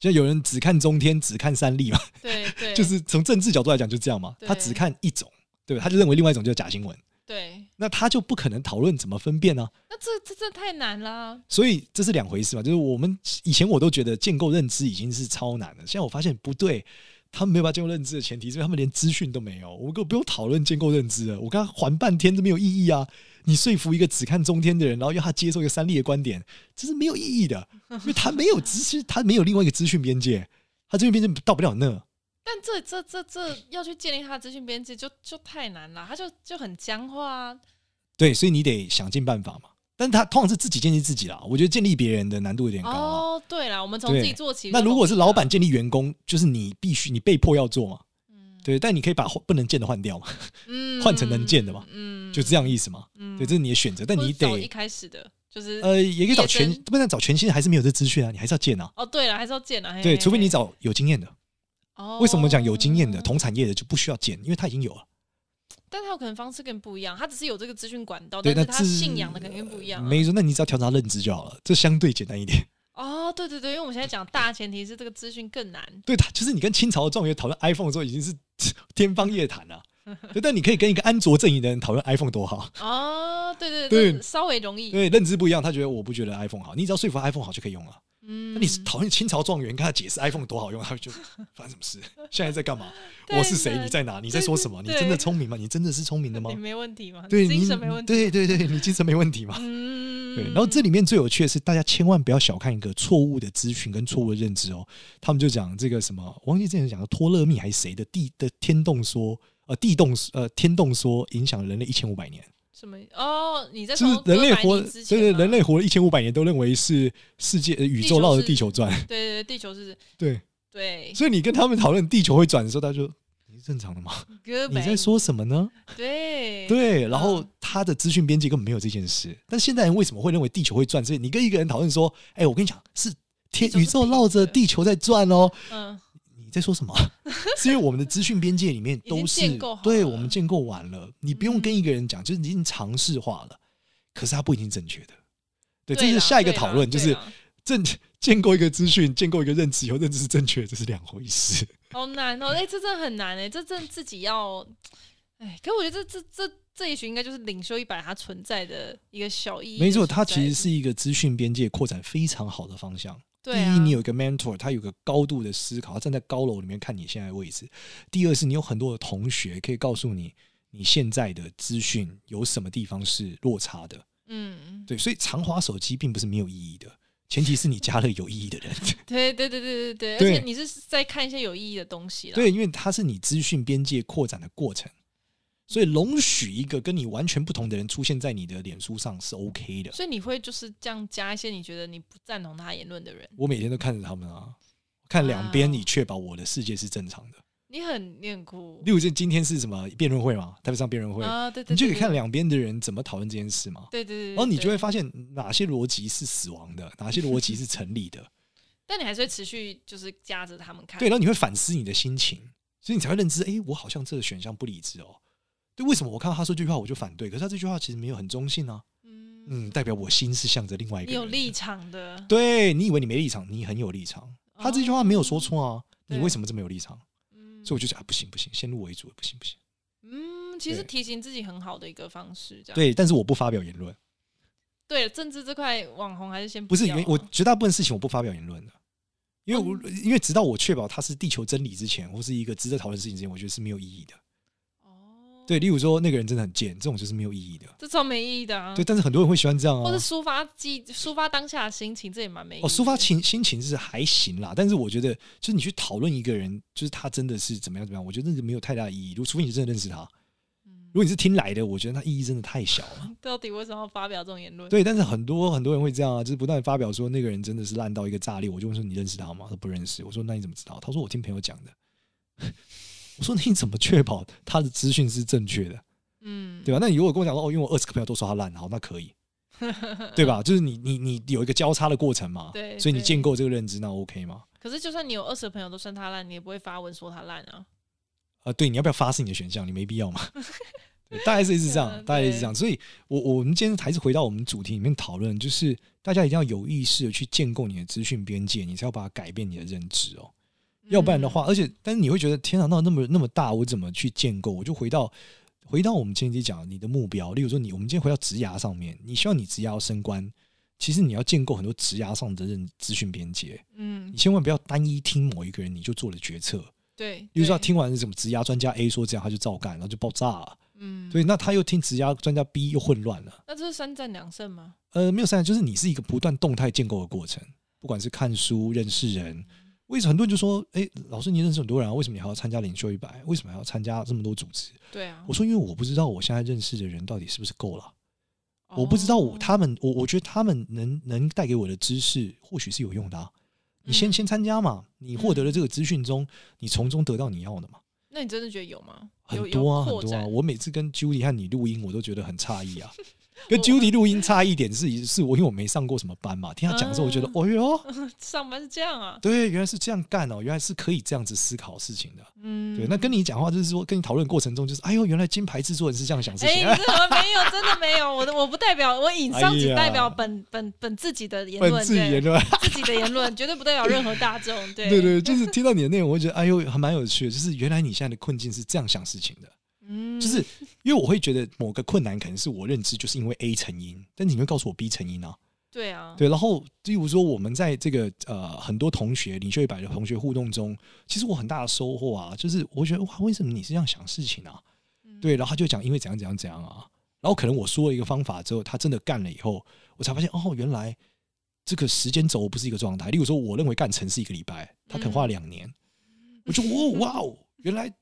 Speaker 3: 像有人只看中天，只看三立嘛，
Speaker 1: 对对，
Speaker 3: 就是从政治角度来讲就这样嘛，
Speaker 1: 对
Speaker 3: 他只看一种，对吧？他就认为另外一种就是假新闻，
Speaker 1: 对。
Speaker 3: 那他就不可能讨论怎么分辨呢、啊
Speaker 1: 那这这这太难啦。
Speaker 3: 所以这是两回事嘛，就是我们以前我都觉得建构认知已经是超难了，现在我发现不对，他们没有办法建构认知的前提是因为他们连资讯都没有，我们根本不用讨论建构认知了，我跟他还半天都没有意义啊！你说服一个只看中天的人，然后要他接受一个三立的观点，这是没有意义的，因为他没有资讯，他没有另外一个资讯边界，他这边边界到不了那。
Speaker 1: 但这这这这要去建立他的资讯边界就，就太难了，他就就很僵化啊。
Speaker 3: 对，所以你得想尽办法嘛。但他通常是自己建立自己啦，我觉得建立别人的难度有点高啊。
Speaker 1: 哦，对啦，我们从自己做起。
Speaker 3: 那如果是老板建立员工，就是你必须你被迫要做嘛，
Speaker 1: 嗯
Speaker 3: 对，但你可以把不能见的换掉嘛，
Speaker 1: 嗯
Speaker 3: 换成能见的嘛
Speaker 1: 嗯
Speaker 3: 就这样意思嘛。
Speaker 1: 嗯
Speaker 3: 对，这是你的选择，但
Speaker 1: 或
Speaker 3: 你
Speaker 1: 者找一
Speaker 3: 得
Speaker 1: 开始的就是
Speaker 3: 呃，也可以找全
Speaker 1: 毕业生，
Speaker 3: 不然找全新的还是没有这资讯啊，你还是要见啊。
Speaker 1: 哦，对了，还是要见啊。嘿
Speaker 3: 对，除非你。
Speaker 1: 嘿
Speaker 3: 找有经验的。
Speaker 1: 哦
Speaker 3: 为什么我讲有经验的同产业的就不需要见，因为他已经有了。
Speaker 1: 但他有可能方式跟不一样，他只是有这个资讯管道，
Speaker 3: 对
Speaker 1: 但是
Speaker 3: 那
Speaker 1: 他
Speaker 3: 自
Speaker 1: 信仰的肯定不一样啊。
Speaker 3: 没错，那你只要调整他认知就好了，这相对简单一点。
Speaker 1: 哦，对对对，因为我们现在讲大前提是这个资讯更难。
Speaker 3: 对他，就是你跟清朝的状元讨论 iPhone 的时候，已经是 天方夜谭了。啊对，但你可以跟一个安卓阵营的人讨论 iPhone 多好。
Speaker 1: 哦，对对
Speaker 3: 对
Speaker 1: 这稍微容易。
Speaker 3: 对，认知不一样，他觉得我不觉得 iPhone 好，你只要说服他 iPhone 好就可以用了。
Speaker 1: 嗯
Speaker 3: 那你是讨厌清朝状元，跟他解释 iPhone 多好用，他就发生什么事？现在在干嘛？
Speaker 1: 对
Speaker 3: 我是谁？
Speaker 1: 那
Speaker 3: 你在哪？你在说什么？你
Speaker 1: 对
Speaker 3: 真的聪明吗？你真的是聪明的吗
Speaker 1: 你？没问题嘛？
Speaker 3: 对，
Speaker 1: 你
Speaker 3: 你
Speaker 1: 精神没问题。
Speaker 3: 对对对，你精神没问题吗？
Speaker 1: 嗯，
Speaker 3: 对，然后这里面最有趣的是，大家千万不要小看一个错误的资讯跟错误的认知哦。他们就讲这个什么，我忘记之前讲的托勒密还是谁的地的天动说，呃，地动呃天动说影响人类一千五百年，
Speaker 1: 什么？哦，你在
Speaker 3: 就
Speaker 1: 说
Speaker 3: 是人类
Speaker 1: 哥白尼
Speaker 3: 活，
Speaker 1: 之
Speaker 3: 对
Speaker 1: 前
Speaker 3: 对，
Speaker 1: 吗
Speaker 3: 人类活了一千五百年都认为是世界呃宇宙绕着地球转，
Speaker 1: 对对对，地球是
Speaker 3: 对，
Speaker 1: 对。
Speaker 3: 所以你跟他们讨论地球会转的时候，他就你是正常的吗？
Speaker 1: 哥
Speaker 3: 你
Speaker 1: 白
Speaker 3: 在
Speaker 1: 尼
Speaker 3: 说什么呢？
Speaker 1: 对
Speaker 3: 对，然后
Speaker 1: 嗯
Speaker 3: 他的资讯边界根本没有这件事。但现代人为什么会认为地球会转？所以你跟一个人讨论说：“哎、我跟你讲，是天
Speaker 1: 宙是
Speaker 3: 宇宙绕着
Speaker 1: 平的
Speaker 3: 地球在转哦。
Speaker 1: 嗯，
Speaker 3: 你在说什 么？是因为我们的资讯边界里面
Speaker 1: 已
Speaker 3: 都
Speaker 1: 经
Speaker 3: 是
Speaker 1: 建构好
Speaker 3: 对
Speaker 1: 了嗯
Speaker 3: 我们建构完了，你不用跟一个人讲，就是已经尝试化了，可是它不一定正确的。对，这
Speaker 1: 啦
Speaker 3: 是下一个
Speaker 1: 对啦
Speaker 3: 讨论，就
Speaker 1: 对
Speaker 3: 是
Speaker 1: 啦
Speaker 3: 正建构一个资讯，建构一个认知以后，认知是正确的，这是两回事。
Speaker 1: 好难哦，哎、这真的很难哎、这真的自己要，哎，可我觉得这这这这一群应该就是领袖一百它存在的一个小意义的存在。
Speaker 3: 没错，它其实是一个资讯边界扩展非常好的方向。
Speaker 1: 对啊，
Speaker 3: 第一，你有一个 mentor，他有个高度的思考，他站在高楼里面看你现在的位置；第二是你有很多的同学可以告诉你你现在的资讯有什么地方是落差的。
Speaker 1: 嗯，
Speaker 3: 对，所以长滑手机并不是没有意义的，前提是你加了有意义的人。
Speaker 1: 对啊对对对对对，
Speaker 3: 对
Speaker 1: 而且你是在看一些有意义的东西了。
Speaker 3: 对，因为它是你资讯边界扩展的过程，所以容许一个跟你完全不同的人出现在你的脸书上是 OK 的。
Speaker 1: 所以你会就是这样加一些你觉得你不赞同他言论的人，
Speaker 3: 我每天都看着他们啊，看两
Speaker 1: 啊
Speaker 3: 边，以确保我的世界是正常的。
Speaker 1: 你很你很酷
Speaker 3: 例如，这今天是什么辩论会嘛？台北上辩论会，
Speaker 1: 啊，对对，
Speaker 3: 你就可以
Speaker 1: 对
Speaker 3: 看，两边的人怎么讨论这件事嘛。
Speaker 1: 对对对对，
Speaker 3: 然后你就
Speaker 1: 对
Speaker 3: 会，发现哪些逻辑是死亡的，哪些逻辑是成 立的。
Speaker 1: 但你还是会持续就是夹着他们看，
Speaker 3: 对，然后你会反思你的心情，所以你才会认知，诶，我好像这个选项不理智哦。对，为什么我看到他说这句话我就反对？可是他这句话其实没有很中性啊，
Speaker 1: 嗯
Speaker 3: 嗯，，代表我心是向着另外一个
Speaker 1: 你
Speaker 3: 人。
Speaker 1: 有立场的，
Speaker 3: 对你以为你没立场，你很有立场。他这句话没有说错啊，你
Speaker 1: 对
Speaker 3: 为什么这么有立场？
Speaker 1: 嗯，
Speaker 3: 所以我就觉得啊，不行不行，先入为主不行不行。
Speaker 1: 嗯，其实
Speaker 3: 对
Speaker 1: 提醒自己很好的一个方式，这样
Speaker 3: 对，但是我不发表言
Speaker 1: 嗯
Speaker 3: 论，
Speaker 1: 对政治这块网红还是先
Speaker 3: 不是因
Speaker 1: 要
Speaker 3: 为
Speaker 1: 啊哦
Speaker 3: 我绝大部分事情我不发表言论的，因为我、因为直到我确保它是地球真理之前，或是一个值得讨论的事情之前，我觉得是没有意义的。
Speaker 1: 哦，
Speaker 3: 对，例如说那个人真的很贱，这种就是没有意义的。
Speaker 1: 这超没意义的啊，
Speaker 3: 对，但是很多人会喜欢这样啊
Speaker 1: 或。是抒发记抒发当下的心情，这也蛮没意义的
Speaker 3: 哦，抒发情心情是还行啦，但是我觉得就是你去讨论一个人，就是他真的是怎么样怎么样，我觉得那个没有太大的意义。如除非你真的认识他，
Speaker 1: 嗯
Speaker 3: 如果你是听来的，我觉得他意义真的太小了。
Speaker 1: 到底为什么要发表这种言论？
Speaker 3: 对，但是很多很多人会这样啊，就是不断地发表说那个人真的是烂到一个炸裂。我就问说你认识他吗？他说不认识。我说那你怎么知道？他说我听朋友讲的。 我说那你怎么确保他的资讯是正确的？
Speaker 1: 嗯，
Speaker 3: 对吧？那你如果跟我讲说哦，因为我二十个朋友都说他烂，好，那可 以，对吧？就是你你你有一个交叉的过程嘛，
Speaker 1: 对
Speaker 3: 所以你
Speaker 1: 对
Speaker 3: 建构这个认知，那 OK 吗？
Speaker 1: 可是就算你有二十个朋友都算他烂，你也不会发文说他烂啊。
Speaker 3: 啊，对，你要不要发是你的选项，你没必要 嘛。对大概是是这样，
Speaker 1: 嗯
Speaker 3: 大概是
Speaker 1: 对
Speaker 3: 这样。所以我，我们今天还是回到我们主题里面讨论，就是大家一定要有意识的去建构你的资讯边界，你才要把它改变你的认知哦。要不然
Speaker 1: 嗯
Speaker 3: 的话，而且，但是你会觉得天哪，那那么那么大，我怎么去建构？我就回到回到我们前期讲的你的目标，例如说你，我们今天回到职涯上面，你希望你职涯要升官，其实你要建构很多职涯上的认资讯边界，
Speaker 1: 嗯，
Speaker 3: 你
Speaker 1: 嗯，
Speaker 3: 千万不要单一听某一个人你就做了决策，
Speaker 1: 对，
Speaker 3: 例如说
Speaker 1: 对
Speaker 3: 他听完什么职涯专家 A 说这样，他就照干，然后就爆炸了。
Speaker 1: 嗯，
Speaker 3: 对，那他又听职涯专家 B 又混乱了。
Speaker 1: 那这是三战两胜吗？
Speaker 3: 呃，没有三，就是你是一个不断动态建构的过程，不管是看书、认识
Speaker 1: 嗯
Speaker 3: 人。为什么很多人就说，哎、老师你认识很多人啊，为什么你还要参加领袖一百？为什么还要参加这么多组织？
Speaker 1: 对啊
Speaker 3: 我，说，因为我不知道我现在认识的人到底是不是够了，
Speaker 1: 哦
Speaker 3: 我不知道我他们，我我觉得他们能能带给我的知识或许是有用的、啊。你先
Speaker 1: 嗯
Speaker 3: 先参加嘛，你获得了这个资讯中，你从中得到你要的嘛。
Speaker 1: 那你真的觉得有吗？有
Speaker 3: 很多啊，
Speaker 1: 有
Speaker 3: 很
Speaker 1: 扩
Speaker 3: 多啊！
Speaker 1: 展
Speaker 3: 我每次跟 Judy 和你录音，我都觉得很诧异啊。跟 Judy 录音差异点是，是我因为我没上过什么班嘛，听他讲的时候，我觉得，
Speaker 1: 嗯
Speaker 3: 哦哟，
Speaker 1: 上班是这样啊，
Speaker 3: 对，原来是这样干哦，原来是可以这样子思考事情的。
Speaker 1: 嗯，
Speaker 3: 对，那跟你讲话就是说，跟你讨论过程中就是，哎呦，原来金牌制作人是这样想事
Speaker 1: 哎、
Speaker 3: 情，
Speaker 1: 你这个没有，真的没有，我的我不代表我以上
Speaker 3: 哎
Speaker 1: 只
Speaker 3: 呀
Speaker 1: 代表本、本本自己的言论，
Speaker 3: 本自己言论，
Speaker 1: 对自己的言论，绝对不代表任何大众。 对
Speaker 3: 对对，就是听到你的内容，我会觉得，哎呦，还蛮有趣的，就是原来你现在的困境是这样想事情的。
Speaker 1: 嗯，
Speaker 3: 就是因为我会觉得某个困难可能是我认知就是因为 A 成因，但是你会告诉我 B 成因啊，
Speaker 1: 对啊，
Speaker 3: 对，然后例如说，我们在这个呃很多同学领袖一百的同学互动中，其实我很大的收获啊，就是我觉得哇，为什么你是这样想事情啊？
Speaker 1: 嗯
Speaker 3: 对，然后他就讲因为怎样怎样怎样啊，然后可能我说了一个方法之后，他真的干了以后，我才发现哦，原来这个时间轴不是一个状态。例如说，我认为干成是一个礼拜，他可能花了两年，我就哇哇哦，原来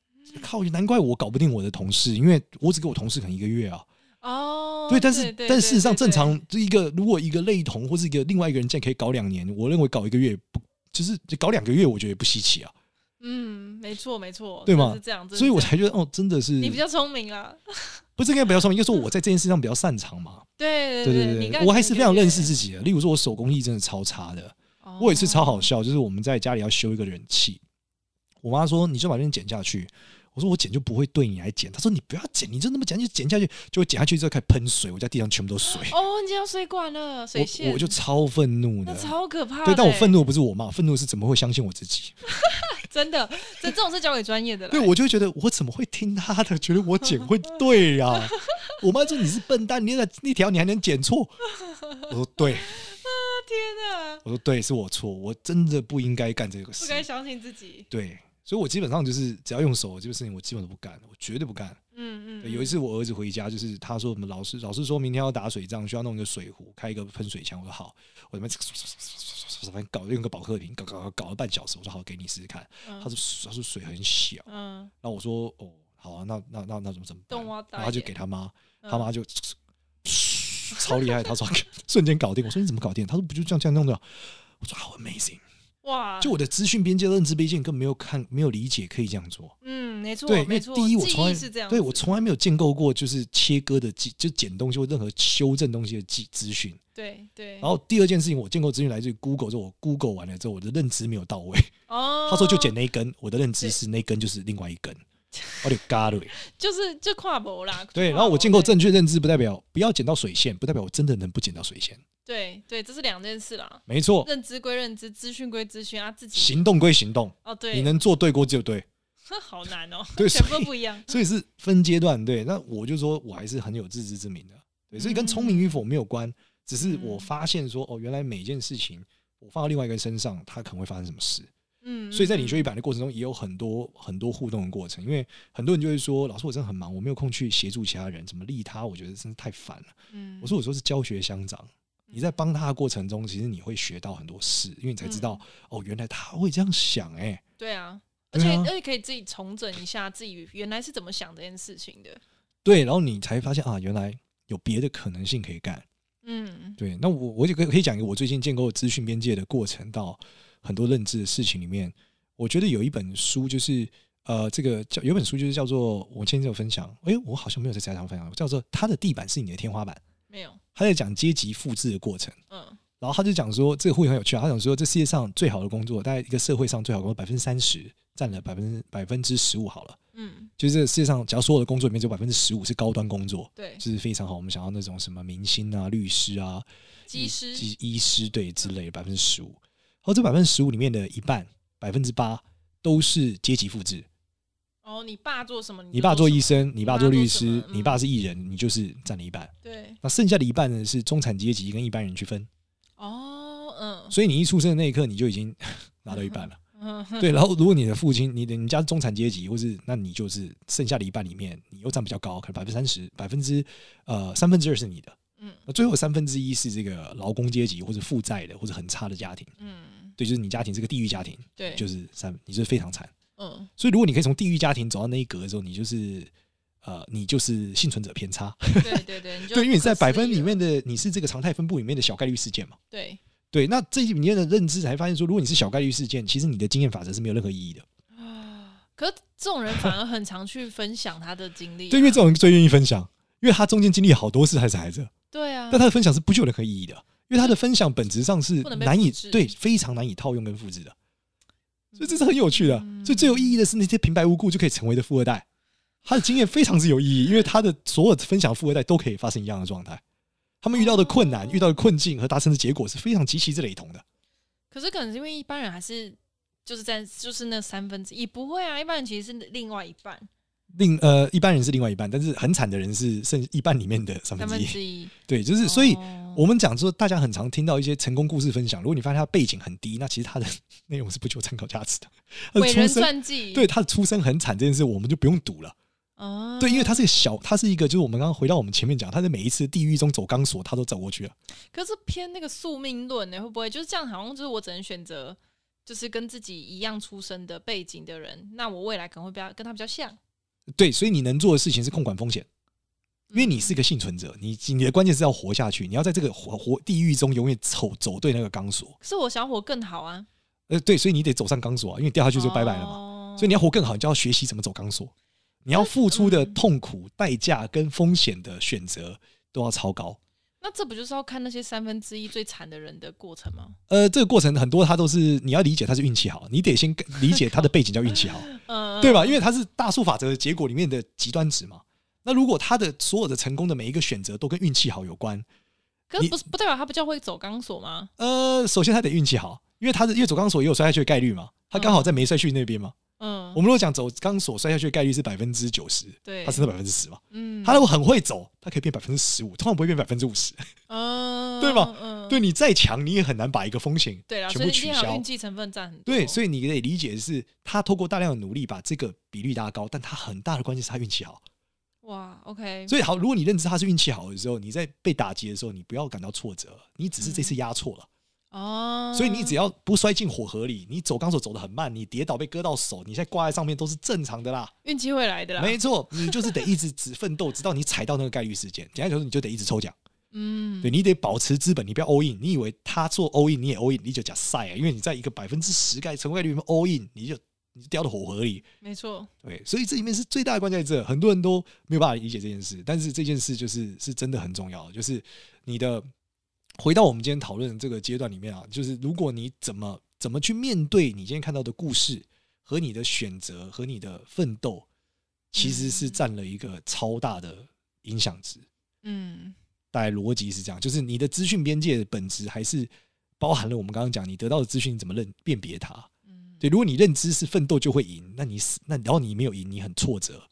Speaker 3: 靠，难怪我搞不定我的同事，因为我只给我同事可能一个月啊，
Speaker 1: 哦，
Speaker 3: 对，但是
Speaker 1: 对
Speaker 3: 但事实上，正，
Speaker 1: 对
Speaker 3: 常就一个如果一个类同或是一个另外一个人竟然可以搞两年，我认为搞一个月不就是就搞两个月，我觉得也不稀奇啊，
Speaker 1: 嗯，没错没错，
Speaker 3: 对
Speaker 1: 真的
Speaker 3: 吗
Speaker 1: 是这样，真的
Speaker 3: 所以我
Speaker 1: 是
Speaker 3: 才觉得哦，真的是
Speaker 1: 这样你比较聪明啦，
Speaker 3: 不是应该比较聪明，应 该说我在这件事上比较擅长嘛。
Speaker 1: 对
Speaker 3: 对
Speaker 1: 对
Speaker 3: 对
Speaker 1: 你刚才
Speaker 3: 我还是
Speaker 1: 讲
Speaker 3: 非常
Speaker 1: 有
Speaker 3: 认识自己的。例如说，我手工艺真的超差的，
Speaker 1: 哦
Speaker 3: 我有一次超好笑，就是我们在家里要修一个人气，我妈说你就把这边剪下去。我说我剪就不会对你来剪，她说你不要剪，你就那么剪就剪下去，就剪下去之后开始喷水，我家地上全部都水，
Speaker 1: 哦，你要水管了，水线，
Speaker 3: 我我就超愤怒
Speaker 1: 那
Speaker 3: 的。
Speaker 1: 超可怕的欸。
Speaker 3: 对，但我愤怒不是我骂，愤怒是怎么会相信我自己？
Speaker 1: 真的，这这种是交给专业的啦
Speaker 3: 对，。我就会觉得我怎么会听他的？觉得我剪会对呀、 我妈说你是笨蛋，你那那条你还能剪错？我说对，
Speaker 1: 天哪，
Speaker 3: 我说对，是我错，我真的不应该干这个
Speaker 1: 不
Speaker 3: 事。
Speaker 1: 该相信自己。
Speaker 3: 对，所以我基本上就是只要用手这个事情，我基本都不干，我绝对不干。
Speaker 1: 嗯嗯，
Speaker 3: 有一次我儿子回家，就是他说我们老师老师说明天要打水仗，需要弄一个水壶，开一个喷水枪。我说好，我他妈反正搞用个保特瓶，搞搞搞搞了半小时。我说好，给你试试看。
Speaker 1: 嗯
Speaker 3: 他说他说水很小，
Speaker 1: 嗯，
Speaker 3: 然后我说哦，好啊，那那那那怎么怎么办？
Speaker 1: 动画大
Speaker 3: 然后他就
Speaker 1: 眼
Speaker 3: 给他妈，
Speaker 1: 嗯
Speaker 3: 他妈就 超厉害，他说瞬间搞定。我说你怎么搞定？他说不就这样这样弄的。我说好 amazing，
Speaker 1: 哇，
Speaker 3: 就我的资讯边界、认知边界根本没有看、没有理解可以这样做。
Speaker 1: 嗯，没错，
Speaker 3: 对，因
Speaker 1: 没
Speaker 3: 为
Speaker 1: 错，
Speaker 3: 第一我
Speaker 1: 记
Speaker 3: 从
Speaker 1: 忆
Speaker 3: 来
Speaker 1: 是这样子，
Speaker 3: 对我从来没有建构过就是切割的技，就剪东西或任何修正东西的技资讯。
Speaker 1: 对对，
Speaker 3: 然后第二件事情，我建构资讯来自于 Google，之后我 Google 完了之后，我的认知没有到位。
Speaker 1: 哦，
Speaker 3: 他说就剪那一根，我的认知是那一根就是另外一根，我就嘎了。
Speaker 1: 就是就跨博啦。
Speaker 3: 对，
Speaker 1: 跨
Speaker 3: 然后我
Speaker 1: 博
Speaker 3: 建构
Speaker 1: 对
Speaker 3: 正确认知，不代表不要剪到水线，不代表我真的能不剪到水线。
Speaker 1: 对对，这是两件事啦。
Speaker 3: 没错，
Speaker 1: 认知归认知，资讯归资讯啊，自己
Speaker 3: 行动归行动，
Speaker 1: 哦，对，
Speaker 3: 你能做对过就对，
Speaker 1: 呵好难哦，
Speaker 3: 对
Speaker 1: 全部
Speaker 3: 所以
Speaker 1: 不一样。
Speaker 3: 所以是分阶段。对，那我就说我还是很有自知之明的，对，所以跟聪明与否没有关，只是
Speaker 1: 嗯
Speaker 3: 我发现说哦，原来每件事情我放到另外一个人身上，它可能会发生什么事。
Speaker 1: 嗯，
Speaker 3: 所以在
Speaker 1: 嗯
Speaker 3: 领学一版的过程中，也有很多很多互动的过程，因为很多人就会说，老师我真的很忙，我没有空去协助其他人，怎么利他，我觉得真是太烦了。
Speaker 1: 嗯，
Speaker 3: 我说我说是教学相长，你在
Speaker 1: 嗯
Speaker 3: 帮他的过程中，其实你会学到很多事，因为你才知道、哦，原来他会这样想哎、
Speaker 1: 对啊，而
Speaker 3: 对
Speaker 1: 且
Speaker 3: 啊
Speaker 1: 而且可以自己重整一下自己原来是怎么想这件事情的。
Speaker 3: 对，然后你才发现啊，原来有别的可能性可以干。
Speaker 1: 嗯
Speaker 3: 对，那我我就可以可以讲一个我最近建构资讯边界的过程，到很多认知的事情里面，我觉得有一本书就是。呃，这个叫有本书就是叫做我前天有分享，哎，我好像没有在其他地方分享，叫做他的地板是你的天花板，
Speaker 1: 没有，
Speaker 3: 他在讲阶级复制的过程。
Speaker 1: 嗯
Speaker 3: 然后他就讲说，这个会很有趣啊。他讲说，这世界上最好的工作，大概一个社会上最好的工作，百分之三十占了百分之百分之十五好了。
Speaker 1: 嗯，
Speaker 3: 就是这个世界上，只要所有的工作里面，只有百分之十五是高端工作，
Speaker 1: 对，
Speaker 3: 就是非常好。我们想要那种什么明星啊、律师啊、
Speaker 1: 机师
Speaker 3: 医医师对之类的百分之十五。然后这百分之十五里面的一半，百分之八都是阶级复制。
Speaker 1: 哦，你爸做什么？
Speaker 3: 你爸做医
Speaker 1: 生，
Speaker 3: 生，你爸做律
Speaker 1: 你
Speaker 3: 师
Speaker 1: 爸做什，么嗯
Speaker 3: 你爸是艺人，你就是占了一半。
Speaker 1: 对，
Speaker 3: 那剩下的一半呢，是中产阶级跟一般人去分。
Speaker 1: 哦，嗯
Speaker 3: 所以你一出生的那一刻，你就已经 拿到一半了。
Speaker 1: 嗯哼，
Speaker 3: 对，然后如果你的父亲，你的你家是中产阶级，或是那你就是剩下的一半里面，你又占比较高，可能百分之三十，百分之呃三分之二是你的，
Speaker 1: 嗯
Speaker 3: 那最后三分之一是这个劳工阶级或者负债的或者很差的家庭，
Speaker 1: 嗯，
Speaker 3: 对，就是你家庭是个地狱家庭，
Speaker 1: 对，
Speaker 3: 就是三，你就是非常惨。
Speaker 1: 嗯，
Speaker 3: 所以如果你可以从地狱家庭走到那一格的时候，你就是呃你就是幸存者偏差，
Speaker 1: 对对对，你就
Speaker 3: 对，因为你在
Speaker 1: 不可
Speaker 3: 百
Speaker 1: 思
Speaker 3: 分
Speaker 1: 议
Speaker 3: 里
Speaker 1: 了
Speaker 3: 面，的你是这个常态分布里面的小概率事件嘛。
Speaker 1: 对，
Speaker 3: 对，那这里面的认知才发现说，如果你是小概率事件，其实你的经验法则是没有任何意义的。
Speaker 1: 可是这种人反而很常去分享他的经历啊、
Speaker 3: 对，因为这种人最愿意分享，因为他中间经历好多事还是孩子，
Speaker 1: 对啊
Speaker 3: 但，他的分享是不具有任何意义的，因为他的分享本质上是
Speaker 1: 不能被
Speaker 3: 难以
Speaker 1: 复制
Speaker 3: 对非常难以套用跟复制的，所以这是很有趣的。
Speaker 1: 嗯
Speaker 3: 所以最有意义的是那些平白无故就可以成为的富二代，他的经验非常之有意义，因为他的所有分享的富二代都可以发生一样的状态，他们遇到的困难、
Speaker 1: 哦
Speaker 3: 遇到的困境和达成的结果是非常极其之雷同的。
Speaker 1: 可是可能是因为一般人还是就是在就是那三分之一，不会啊，一般人其实是另外一半
Speaker 3: 另呃，一般人是另外一半，但是很惨的人是剩一半里面的三分
Speaker 1: 三分
Speaker 3: 之一。
Speaker 1: 之一，
Speaker 3: 对，就是所以
Speaker 1: 哦
Speaker 3: 我们讲说，大家很常听到一些成功故事分享，如果你发现他背景很低，那其实他的 内容是不具有参考价值 的。他的
Speaker 1: 伟人
Speaker 3: 出生
Speaker 1: 传记，
Speaker 3: 对他的出生很惨这件事，我们就不用赌了。
Speaker 1: 啊，
Speaker 3: 对，因为他是个小，他是一个，就是我们刚刚回到我们前面讲，他在每一次地狱中走钢索，他都走过去了。
Speaker 1: 可是偏那个宿命论呢、会不会就是这样？好像就是我只能选择。就是跟自己一样出生的背景的人，那我未来可能会比较跟他比较像，
Speaker 3: 对，所以你能做的事情是控管风险，因为你是个幸存者，你你的关键是要活下去，你要在这个活活地狱中永远走走对那个钢索。
Speaker 1: 可是我想活更好啊，
Speaker 3: 呃，对，所以你得走上钢索啊，因为掉下去就拜拜了嘛。
Speaker 1: 嘛
Speaker 3: 所以你要活更好，你就要学习怎么走钢索，你要付出的
Speaker 1: 嗯
Speaker 3: 痛苦、代价跟风险的选择都要超高。
Speaker 1: 那这不就是要看那些三分之一最惨的人的过程吗？
Speaker 3: 呃，这个过程很多，它都是你要理解它是运气好，你得先理解它的背景叫运气好，
Speaker 1: 嗯、
Speaker 3: 对吧？因为它是大数法则的结果里面的极端值嘛。那如果他的所有的成功的每一个选择都跟运气好有关，
Speaker 1: 可是
Speaker 3: 你
Speaker 1: 不是不代表他不叫会走钢索吗？
Speaker 3: 呃，首先他得运气好，因为他的因为走钢索也有摔下去的概率嘛，他刚好在没摔去那边嘛。
Speaker 1: 嗯，
Speaker 3: 我们如果讲走钢索摔下去的概率是百分之九十，
Speaker 1: 对
Speaker 3: 他，是那百分之十嘛。
Speaker 1: 嗯，
Speaker 3: 他如果很会走，他可以变百分之十五，通常不会变百分之五十。
Speaker 1: 嗯，
Speaker 3: 对吧
Speaker 1: 嗯，
Speaker 3: 对你再强，你也很难把一个风险
Speaker 1: 对啦，所
Speaker 3: 全
Speaker 1: 以
Speaker 3: 部
Speaker 1: 一定
Speaker 3: 取
Speaker 1: 要有
Speaker 3: 消
Speaker 1: 运。气成分占很多。
Speaker 3: 对，所以你得理解的是，他透过大量的努力把这个比率拉高，但他很大的关键是他运气好。
Speaker 1: 哇，OK，
Speaker 3: 所以好，如果你认知他是运气好的时候，你在被打击的时候，你不要感到挫折，你只是这
Speaker 1: 嗯
Speaker 3: 次压错了。
Speaker 1: 哦，
Speaker 3: 所以你只要不摔进火河里，你走钢索走得很慢，你跌倒被割到手，你现在挂在上面都是正常的啦。
Speaker 1: 运气会来的啦。
Speaker 3: 没错，你就是得一直只奋斗，直到你踩到那个概率事件。简单来说，你就得一直抽奖，
Speaker 1: 嗯，
Speaker 3: 对你得保持资本，你不要 all in。你以为他做 all in，你也 all in，你就假赛啊，因为你在一个百分之十概成功概率里面 all in，你就你就掉到火河里。
Speaker 1: 没错，
Speaker 3: 对，所以这里面是最大的关键在这，很多人都没有办法理解这件事，但是这件事就是是真的很重要的，就是你的回到我们今天讨论的这个阶段里面啊，就是如果你怎么怎么去面对你今天看到的故事和你的选择和你的奋斗，其实是占了一个超大的影响值。
Speaker 1: 嗯，
Speaker 3: 大概逻辑是这样，就是你的资讯边界的本质还是包含了我们刚刚讲你得到的资讯你怎么认辨别它，
Speaker 1: 嗯
Speaker 3: 对，如果你认知是奋斗就会赢，那你死，那然后你没有赢，你很挫折，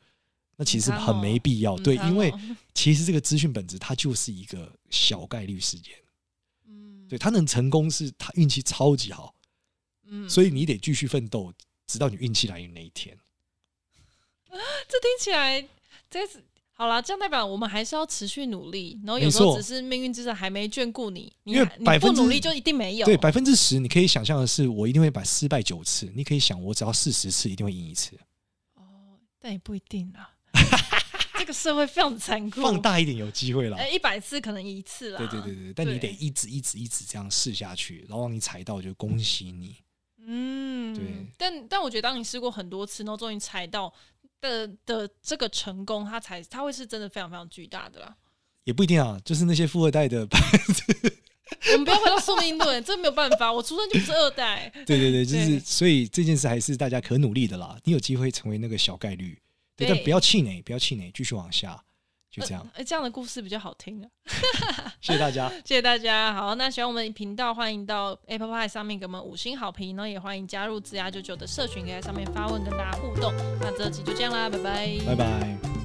Speaker 3: 那其实
Speaker 1: 很惨
Speaker 3: 很没
Speaker 1: 哦
Speaker 3: 必要。
Speaker 1: 很
Speaker 3: 对，
Speaker 1: 惨
Speaker 3: 因为
Speaker 1: 哦
Speaker 3: 其实这个资讯本质它就是一个小概率事件。
Speaker 1: 嗯，
Speaker 3: 对，他能成功是他运气超级好，
Speaker 1: 嗯，
Speaker 3: 所以你得继续奋斗，直到你运气来临那一天。
Speaker 1: 这听起来这是好啦，这样代表我们还是要持续努力，然后有
Speaker 3: 没
Speaker 1: 时候
Speaker 3: 错
Speaker 1: 只是命运之神还没眷顾你，你
Speaker 3: 因为
Speaker 1: 还你
Speaker 3: 百
Speaker 1: 不
Speaker 3: 分之
Speaker 1: 努力就一定没有。
Speaker 3: 对，百分之十，你可以想象的是，我一定会把失败九次，你可以想，我只要四十次一定会赢一次。
Speaker 1: 哦，但也不一定啦。这个社会非常残酷，
Speaker 3: 放大一点，有机会啦。
Speaker 1: 哎，一百次可能一次啦。
Speaker 3: 对对对，对，但你得
Speaker 1: 对
Speaker 3: 一直一直一直这样试下去，然后让你踩到，就恭喜你。
Speaker 1: 嗯，
Speaker 3: 对。
Speaker 1: 但但我觉得，当你试过很多次，然后终于踩到的的这个成功，它才它会是真的非常非常巨大的啦。
Speaker 3: 也不一定啊，就是那些富二代的，
Speaker 1: 我们不要回到宿命论，这没有办法，我出生就不是二代。
Speaker 3: 对 对对，就
Speaker 1: 对
Speaker 3: 是所以这件事还是大家可努力的啦。你有机会成为那个小概率，对，
Speaker 1: 对
Speaker 3: 但不要气馁，不要气馁，继续往下，就这样。
Speaker 1: 呃这样的故事比较好听啊。
Speaker 3: 谢谢大 家，
Speaker 1: 谢谢大家。好，那喜欢我们频道，欢迎到 Apple Pie 上面给我们五星好评，然后也欢迎加入子牙九九的社群，可以在上面发问跟大家互动。那这集就这样啦，拜拜
Speaker 3: 拜拜。